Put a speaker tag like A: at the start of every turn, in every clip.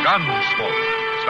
A: Gunsmoke,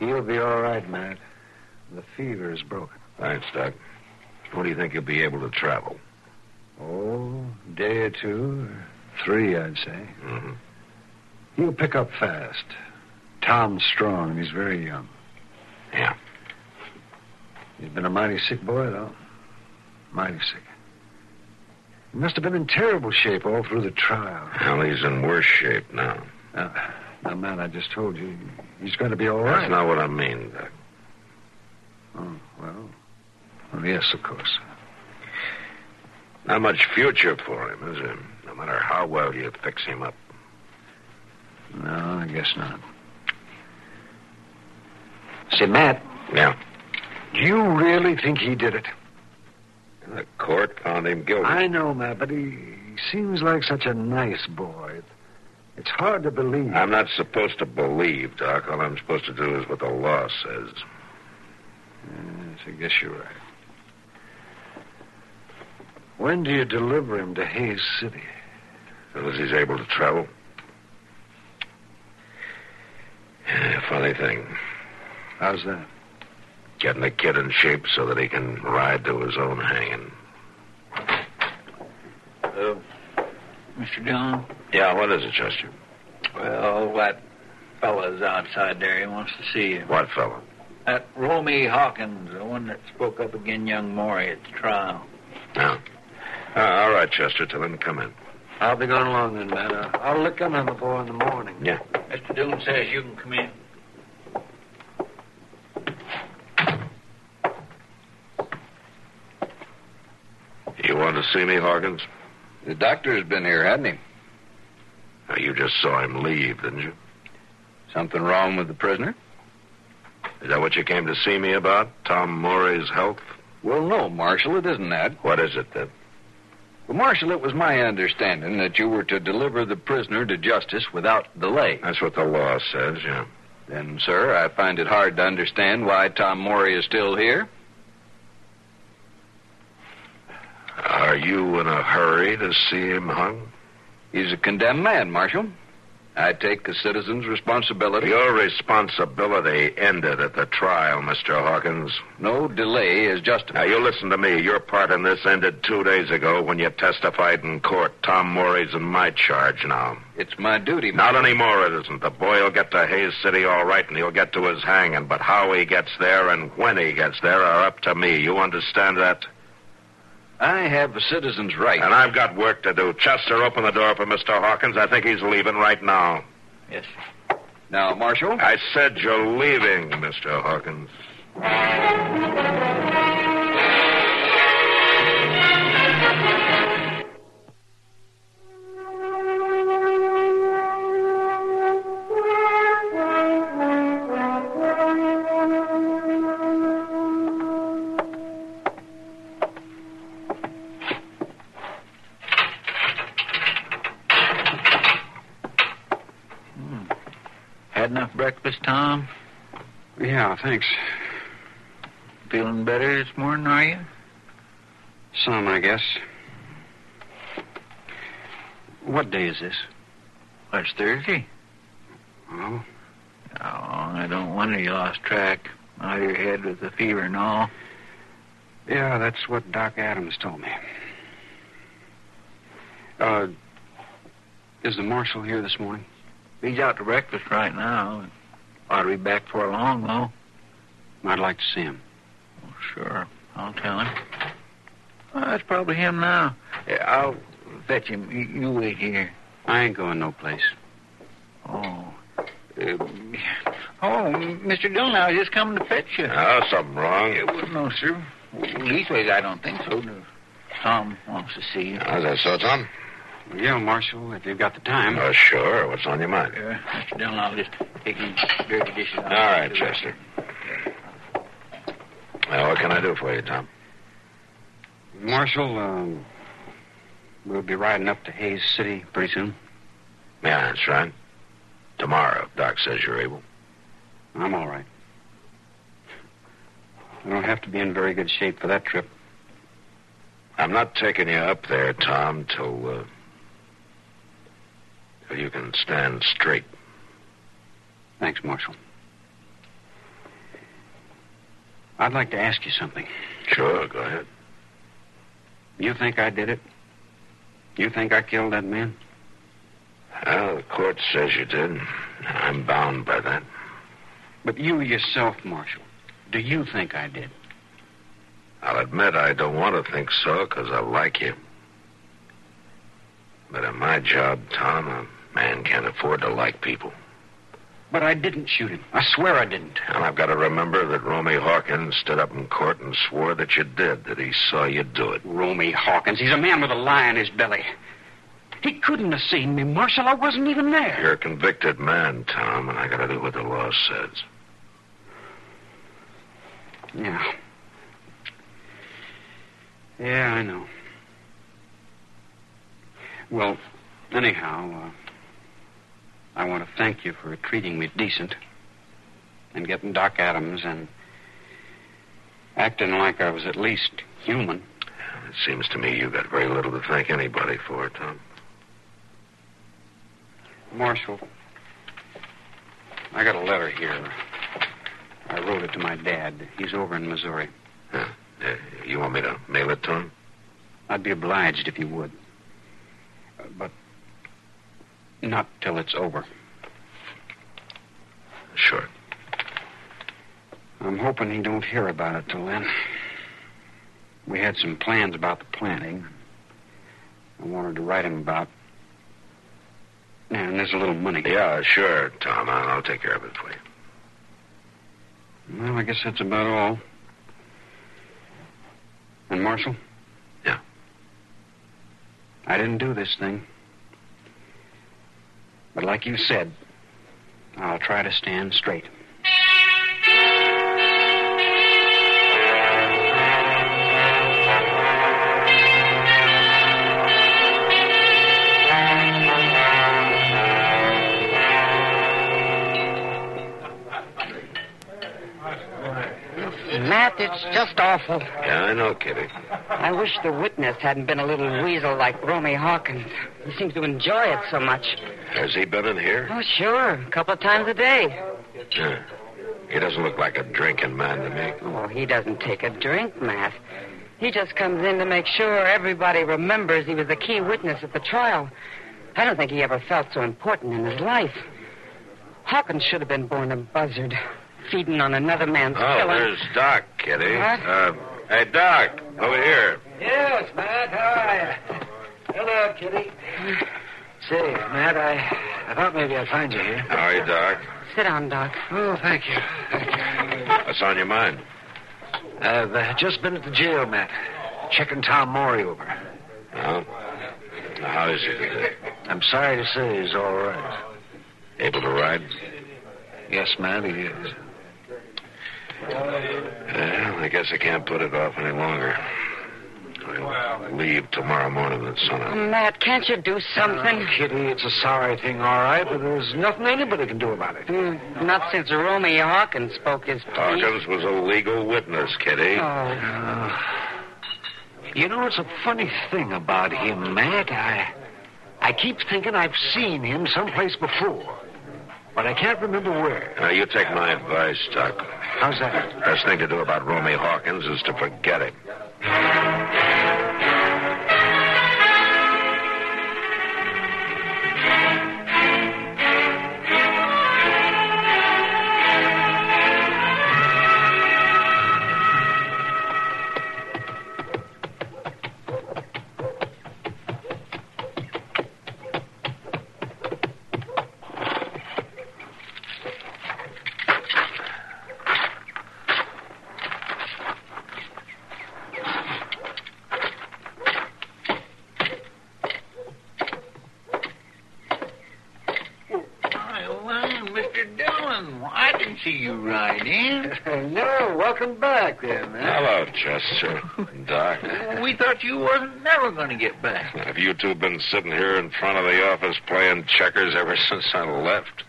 B: You'll be all right, Matt. The fever is broken.
C: Thanks, Doc. When do you think you'll be able to travel?
B: Oh, day or two, or three, I'd say.
C: Mm-hmm.
B: He'll pick up fast. Tom's strong, and he's very young.
C: Yeah.
B: He's been a mighty sick boy, though. Mighty sick. He must have been in terrible shape all through the trial.
C: Well, he's in worse shape now.
B: Now, now Matt, I just told you, he's going to be all right.
C: That's not what I mean, Doc.
B: Oh, well. Well, yes, of course.
C: Not much future for him, is there? No matter how well you fix him up.
B: No, I guess not. Say, Matt,
C: Yeah.
B: do you really think he did it?
C: And the court found him guilty.
B: I know, Matt, but he, he seems like such a nice boy. It's hard to believe.
C: I'm not supposed to believe, Doc. All I'm supposed to do is what the law says.
B: Yes, I guess you're right. When do you deliver him to Hayes City?
C: Unless he's able to travel. Yeah, funny thing.
B: How's that?
C: Getting the kid in shape so that he can ride to his own hanging.
D: Mr. Dillon?
C: Yeah, what is it, Chester?
D: Well, that fellow's outside there. He wants to see you.
C: What fellow?
D: That Romy Hawkins, the one that spoke up again young Morey at the trial.
C: No. Uh, all right, Chester, tell him to come in.
B: I'll be going along then, Matt. Uh, I'll look in on the boy in the morning.
C: Yeah.
D: Mr. Dillon says you can come in.
C: You want to see me, Hawkins?
E: The doctor's been here, hasn't he?
C: Now, you just saw him leave, didn't you?
E: Something wrong with the prisoner?
C: Is that what you came to see me about? Tom Morey's health?
E: Well, no, Marshal, it isn't that.
C: What is it, then?
E: Well, Marshal, it was my understanding that you were to deliver the prisoner to justice without delay.
C: That's what the law says, yeah.
E: Then, sir, I find it hard to understand why Tom Morey is still here.
C: Are you in a hurry to see him hung?
E: He's a condemned man, Marshal. I take the citizen's responsibility.
C: Your responsibility ended at the trial, Mr. Hawkins.
E: No delay is
C: Now,
E: justified.
C: you listen to me. Your part in this ended two days ago when you testified in court. Tom Morey's in my charge now.
E: It's my duty,
C: Not anymore, it isn't. The boy will get to Hayes City all right, and he'll get to his hanging. But how he gets there and when he gets there are up to me. You understand that?
E: I have a citizen's right.
C: And I've got work to do. Chester, open the door for Mr. Hawkins. I think he's leaving right now.
D: Yes, sir.
E: Now, Marshal,
C: I said you're leaving, Mr. Hawkins.
B: breakfast, Tom?
C: Yeah, thanks.
B: Feeling better this morning, are you?
C: Some, I guess. What day is this?
B: Last Thursday?
C: Oh,
B: Oh, I don't wonder you lost track. Out of your head with the fever and all.
C: yeah, that's what Doc Adams told me. Uh, is the marshal here this morning?
B: He's out to breakfast right now. Ought to be back before long, though.
C: I'd like to see him.
B: Sure. I'll tell him. Well, that's probably him now. Yeah, I'll fetch him. You- You wait here.
C: I ain't going no place.
B: Oh. Uh, oh, Mr. Dillon, I was just coming to fetch you.
A: Oh, something wrong.
B: It was no, sir. Leastways, I don't think so. Tom wants to see you.
A: How's that so, Tom?
C: Yeah, Marshal, if you've got the time.
A: Oh, sure. What's on your mind?
B: Uh, Mr. Dillon, I'll just take these dirty dishes out.
A: All right, Chester. Now, what can I do for you, Tom?
C: Marshal, um, we'll be riding up to Hayes City pretty soon.
A: Yeah, that's right. Tomorrow, if Doc says you're able.
C: I'm all right. I don't have to be in very good shape for that trip.
A: I'm not taking you up there, Tom, till, uh, till you can stand straight.
C: Thanks, Marshal. I'd like to ask you something.
A: Sure, go ahead.
C: You think I did it? You think I killed that man?
A: Well, the court says you did. I'm bound by that.
C: But you yourself, Marshal, do you think I did?
A: I'll admit I don't want to think so, 'cause I like you. But in my job, Tom, a man can't afford to like people.
C: But I didn't shoot him. I swear I didn't.
A: And I've got to remember that Romy Hawkins stood up in court and swore that you did, that he saw you do it.
C: Romy Hawkins, he's a man with a lie in his belly. He couldn't have seen me, Marshal. I wasn't even there.
A: You're a convicted man, Tom, and I got to do what the law says.
C: Yeah. Yeah, I know. Well, anyhow, uh, I want to thank you for treating me decent and getting Doc Adams and acting like I was at least human.
A: It seems to me you got very little to thank anybody for, Tom.
C: Marshal, I got a letter here. I wrote it to my dad. He's over in Missouri.
A: Uh, you want me to mail it to him?
C: I'd be obliged if you would. Uh, But not till it's over.
A: Sure.
C: I'm hoping he don't hear about it till then. We had some plans about the planting. I wanted to write him about. And there's a little money.
A: Yeah, sure, Tom. I'll, I'll take care of it for you.
C: Well, I guess that's about all. And Marshal?
A: Yeah.
C: I didn't do this thing. But like you said, I'll try to stand straight.
F: Matt, it's just awful.
A: Yeah, I know, Kitty.
F: I wish the witness hadn't been a little weasel like Romy Hawkins. He seems to enjoy it so much.
A: Has he been in here?
F: Oh, sure. A couple of times a day.
A: Yeah. He doesn't look like a drinking man to me.
F: Oh, he doesn't take a drink, Matt. He just comes in to make sure everybody remembers he was a key witness at the trial. I don't think he ever felt so important in his life. Hawkins should have been born a buzzard, feeding on another man's
A: Oh,
F: killing.
A: there's Doc, Kitty.
F: Huh?
A: Uh, hey, Doc, over here.
B: Yes, Matt, how are you? Hello, Kitty.
C: Say, Matt, I, I thought maybe I'd find you here.
A: How are you, Doc?
F: Sit down, Doc.
C: Oh, thank you. Thank you.
A: What's on your mind?
C: I've uh, just been at the jail, Matt, checking Tom Morey over.
A: Well, how is he today?
C: I'm sorry to say he's all right.
A: Able to ride?
C: Yes, Matt, he is.
A: Well, I guess I can't put it off any longer. Well,
G: Leave tomorrow morning at
F: Oh,
G: sunup.
F: Matt, can't you do something?
C: Kitty, Uh, it's a sorry thing, all right, but there's nothing anybody can do about it.
F: Mm, Not since Romeo Hawkins spoke his piece.
G: Hawkins was a legal witness, Kitty.
F: Oh,
C: You know, it's a funny thing about him, Matt. I, I keep thinking I've seen him someplace before, but I can't remember where.
G: Now, you take my advice, Doc.
C: How's that?
G: Best thing to do about Romy Hawkins is to forget him.
B: Why, why, Mr. Dillon, I didn't see you ride in.
C: no, welcome back there, Matt.
G: Hello, Chester. Doc.
B: We thought you wasn't never going to get back.
G: Have you two been sitting here in front of the office playing checkers ever since I left?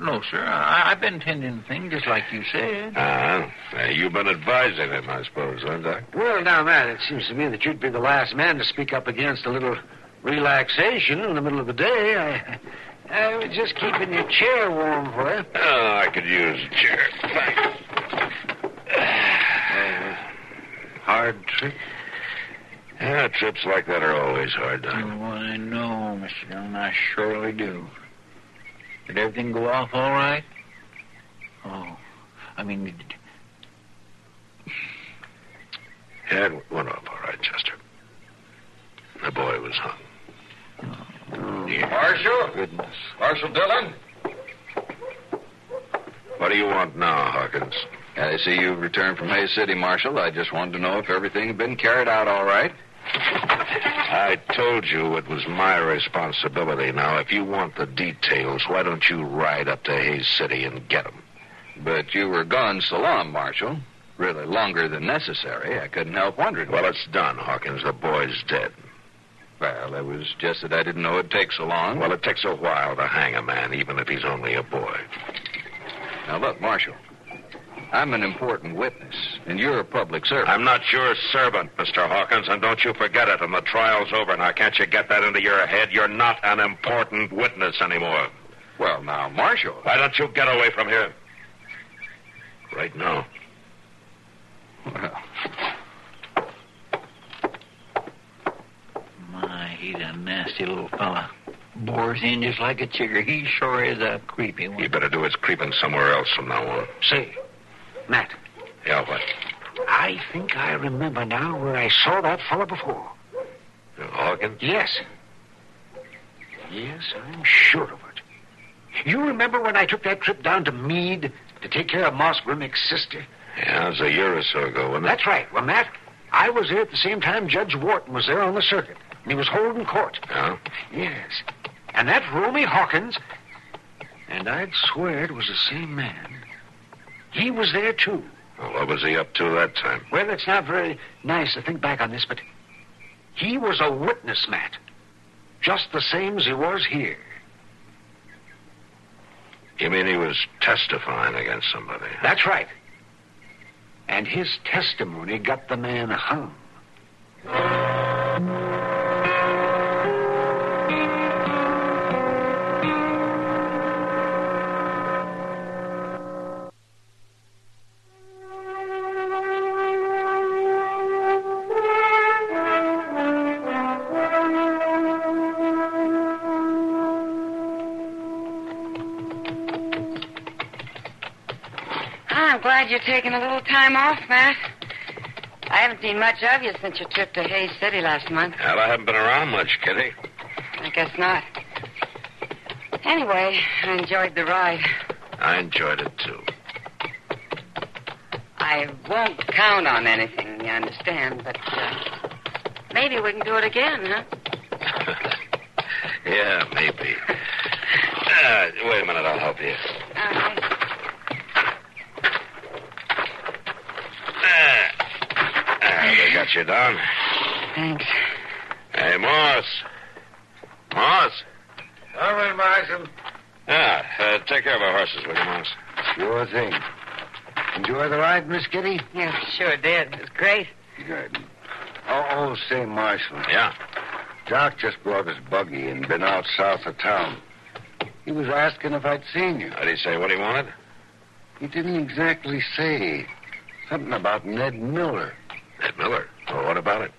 B: No, sir. I, I've been tending the thing just like you said.
G: Uh-huh. Uh, you've been advising him, I suppose, huh, Doc?
C: Well, now, Matt, it seems to me that you'd be the last man to speak up against a little relaxation in the middle of the day. I, I was just keeping your chair warm for you.
G: Oh, I could use a chair. Thanks.
C: Hard trip.
G: Yeah, trips like that are always hard, Doc.
B: Oh, I know, Mr. Dillon. I surely do. Did everything go off all right? Oh, I mean, did-
G: Yeah, it went off all right, Chester. The boy was hung.
A: Marshal?
G: Goodness.
A: Marshal Dillon?
G: What do you want now, Hawkins?
E: I see you've returned from Hay City, Marshal. I just wanted to know if everything had been carried out all right.
G: I told you it was my responsibility. Now, if you want the details, why don't you ride up to Hayes City and get 'em?
E: But you were gone so long, Marshal. Really longer than necessary. I couldn't help wondering.
G: Well, it's done, Hawkins. The boy's dead.
E: Well, it was just that I didn't know it'd take so long.
G: Well, it takes a while to hang a man, even if he's only a boy.
E: now look, Marshal. I'm an important witness, and you're a public servant.
G: I'm not your servant, Mr. Hawkins, and don't you forget it, and the trial's over. Now, can't you get that into your head? You're not an important witness anymore.
E: Well, now, Marshal.
G: Why don't you get away from here? Right now.
E: Well,
B: my, he's a nasty little fella. Bores in just like a chigger. He sure is a creepy one.
G: You better do his creeping somewhere else from now on.
C: Say, Matt,
G: Yeah, what?
C: I think I remember now where I saw that fella before.
G: Hawkins?
C: Yes. Yes, I'm sure of it. You remember when I took that trip down to Meade to take care of Moss Grimmick's sister?
G: Yeah, it was a year or so ago, wasn't it?
C: That's right. Well, Matt, I was there at the same time Judge Wharton was there on the circuit, and he was holding court.
G: Yeah.
C: Yes. And that Romy Hawkins, and I'd swear it was the same man, he was there too.
G: Well, what was he up to that time?
C: Well, it's not very nice to think back on this, but he was a witness, Matt. Just the same as he was here.
G: You mean he was testifying against somebody?
C: That's right. And his testimony got the man hung.
F: I'm glad you're taking a little time off, Matt. I haven't seen much of you since your trip to Hayes City last month.
G: Well, I haven't been around much, Kitty.
F: I guess not. Anyway, I enjoyed the ride.
G: I enjoyed it, too.
F: I won't count on anything, you understand, but uh, maybe we can do it again, huh?
G: yeah, maybe. Uh, wait a minute, I'll help you.
F: All right.
G: Ah, they got you down.
F: Thanks.
G: Hey, Morse. Morse.
C: All right, Marshal.
G: Yeah, uh, take care of our horses, will you, Morse?
C: Sure thing. Enjoy the ride, Miss Kitty?
F: Yeah, sure did. It was great.
C: Good. Oh, oh, say, Marshal,
G: Yeah.
C: Doc just brought his buggy and been out south of town. He was asking if I'd seen you.
G: How'd he say what he wanted?
C: He didn't exactly say. Something about Ned Miller.
G: Ned Miller. Well, what about it?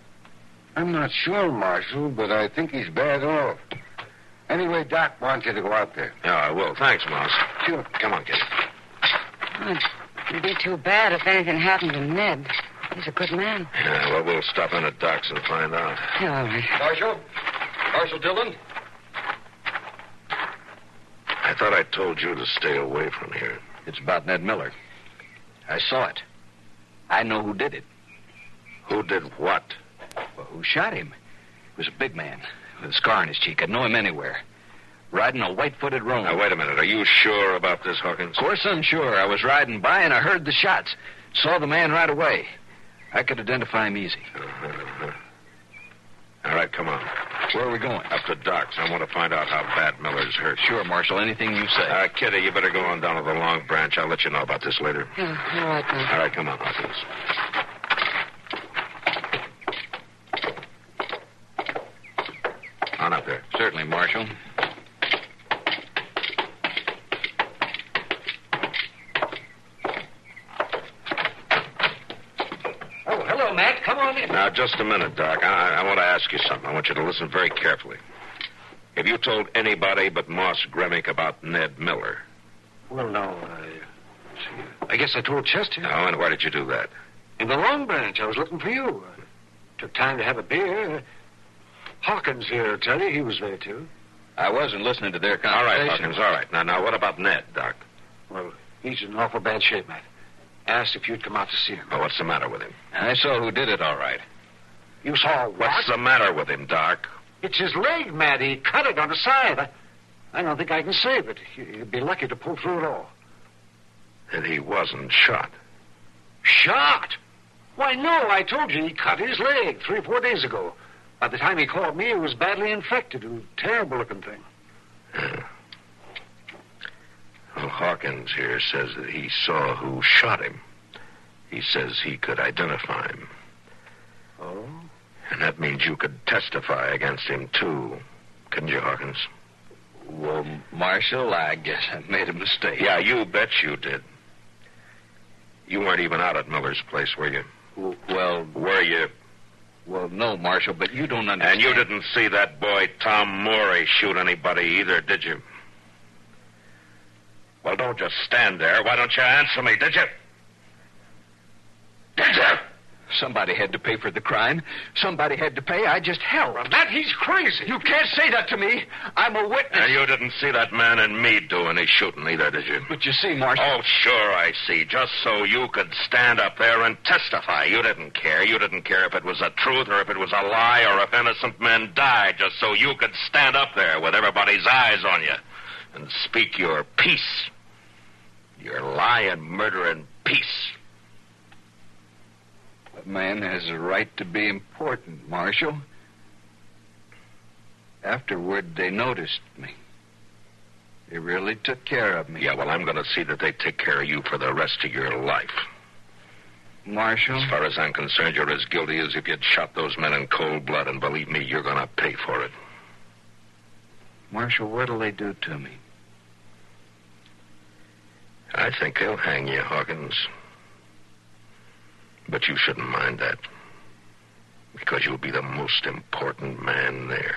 C: I'm not sure, Marshal, but I think he's bad off. Anyway, Doc wants you to go out there.
G: Yeah, I will. Thanks, Morse.
C: Sure.
G: Come on, kid.
F: It'd be too bad if anything happened to Ned. He's a good man.
G: Yeah, well, we'll stop in at Doc's and find out.
F: Yeah, all right.
E: Marshal? Marshal Dillon?
G: I thought I told you to stay away from here.
E: It's about Ned Miller. I saw it. I know who did it.
G: Who did what?
E: Well, who shot him? It was a big man with a scar on his cheek. I'd know him anywhere. Riding a white footed roan.
G: Now, wait a minute. Are you sure about this, Hawkins?
E: Of course, I'm sure. I was riding by and I heard the shots. Saw the man right away. I could identify him easy.
G: Uh-huh. All right, come on.
E: Where are we going?
G: Up to Doc's. I want to find out how bad Miller's hurt.
E: Sure, Marshal. Anything you say.
G: Uh, Kitty, you better go on down to the Long Branch. I'll let you know about this later.
F: Yeah, Oh, all right, Doc.
G: All right, come on, Hawkins. On up there.
E: Certainly, Marshal.
C: Oh, hello, Matt. Come on in.
G: Now, just a minute, Doc. I, I want to ask you something. I want you to listen very carefully. Have you told anybody but Moss Gremick about Ned Miller?
C: Well, no. I, I guess I told Chester.
G: No, and why did you do that?
C: In the Long Branch, I was looking for you. Took time to have a beer. Hawkins here will tell you he was there, too.
E: I wasn't listening to their
G: All
E: conversation.
G: right, Hawkins, all right. Now, now, what about Ned, Doc?
C: Well, he's in awful bad shape, Matt. Asked if you'd come out to see him.
G: Oh, what's the matter with him?
E: I saw who did it, all right.
C: You saw what?
G: What's the matter with him, Doc?
C: It's his leg, Matt. He cut it on the side. I, I don't think I can save it. He- He'd be lucky to pull through at all.
G: That he wasn't shot.
C: Shot? Why, no, I told you he cut his leg three or four days ago. By the time he called me, it was badly infected. A terrible looking thing.
G: Well, Hawkins here says that he saw who shot him. He says he could identify him.
C: Oh?
G: And that means you could testify against him, too. Couldn't you, Hawkins?
E: Well, Marshal, I guess I made a mistake.
G: Yeah, you bet you did. You weren't even out at Miller's place, were you?
E: W- Well,
G: Were you?
E: well, no, Marshal, but you don't understand.
G: And you didn't see that boy Tom Morey shoot anybody either, did you? Well, don't just stand there. Why don't you answer me, did you? Did you?
E: Somebody had to pay for the crime. Somebody had to pay. I just helped.
C: Matt, he's crazy.
E: You can't say that to me. I'm a witness.
G: And you didn't see that man and me do any shooting either, did you?
E: But you see, Marshal.
G: Oh, sure, I see. Just so you could stand up there and testify. You didn't care. You didn't care if it was the truth or if it was a lie or if innocent men died, just so you could stand up there with everybody's eyes on you and speak your piece. Your lying, murdering piece.
E: A man has a right to be important, Marshal. Afterward, they noticed me. They really took care of me.
G: Yeah, well, I'm going to see that they take care of you for the rest of your life.
E: Marshal?
G: As far as I'm concerned, you're as guilty as if you'd shot those men in cold blood, and believe me, you're going to pay for it.
E: Marshal, what'll they do to me?
G: I think they'll hang you, Hawkins. But you shouldn't mind that. Because you'll be the most important man there.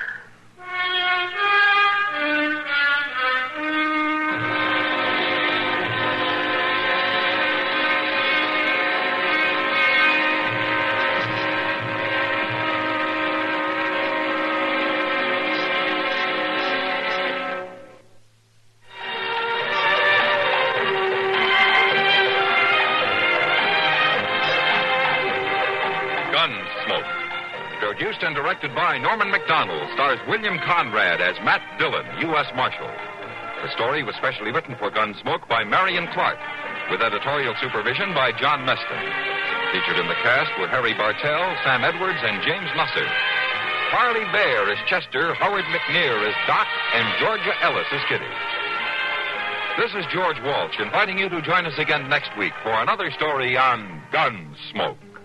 A: Gunsmoke. Produced and directed by Norman McDonald, stars William Conrad as Matt Dillon, U.S. Marshal. The story was specially written for Gunsmoke by Marion Clark, with editorial supervision by John Meston. Featured in the cast were Harry Bartell, Sam Edwards, and James Lusser. Farley Bear is Chester, Howard McNear is Doc, and Georgia Ellis is Kitty. This is George Walsh inviting you to join us again next week for another story on Gunsmoke.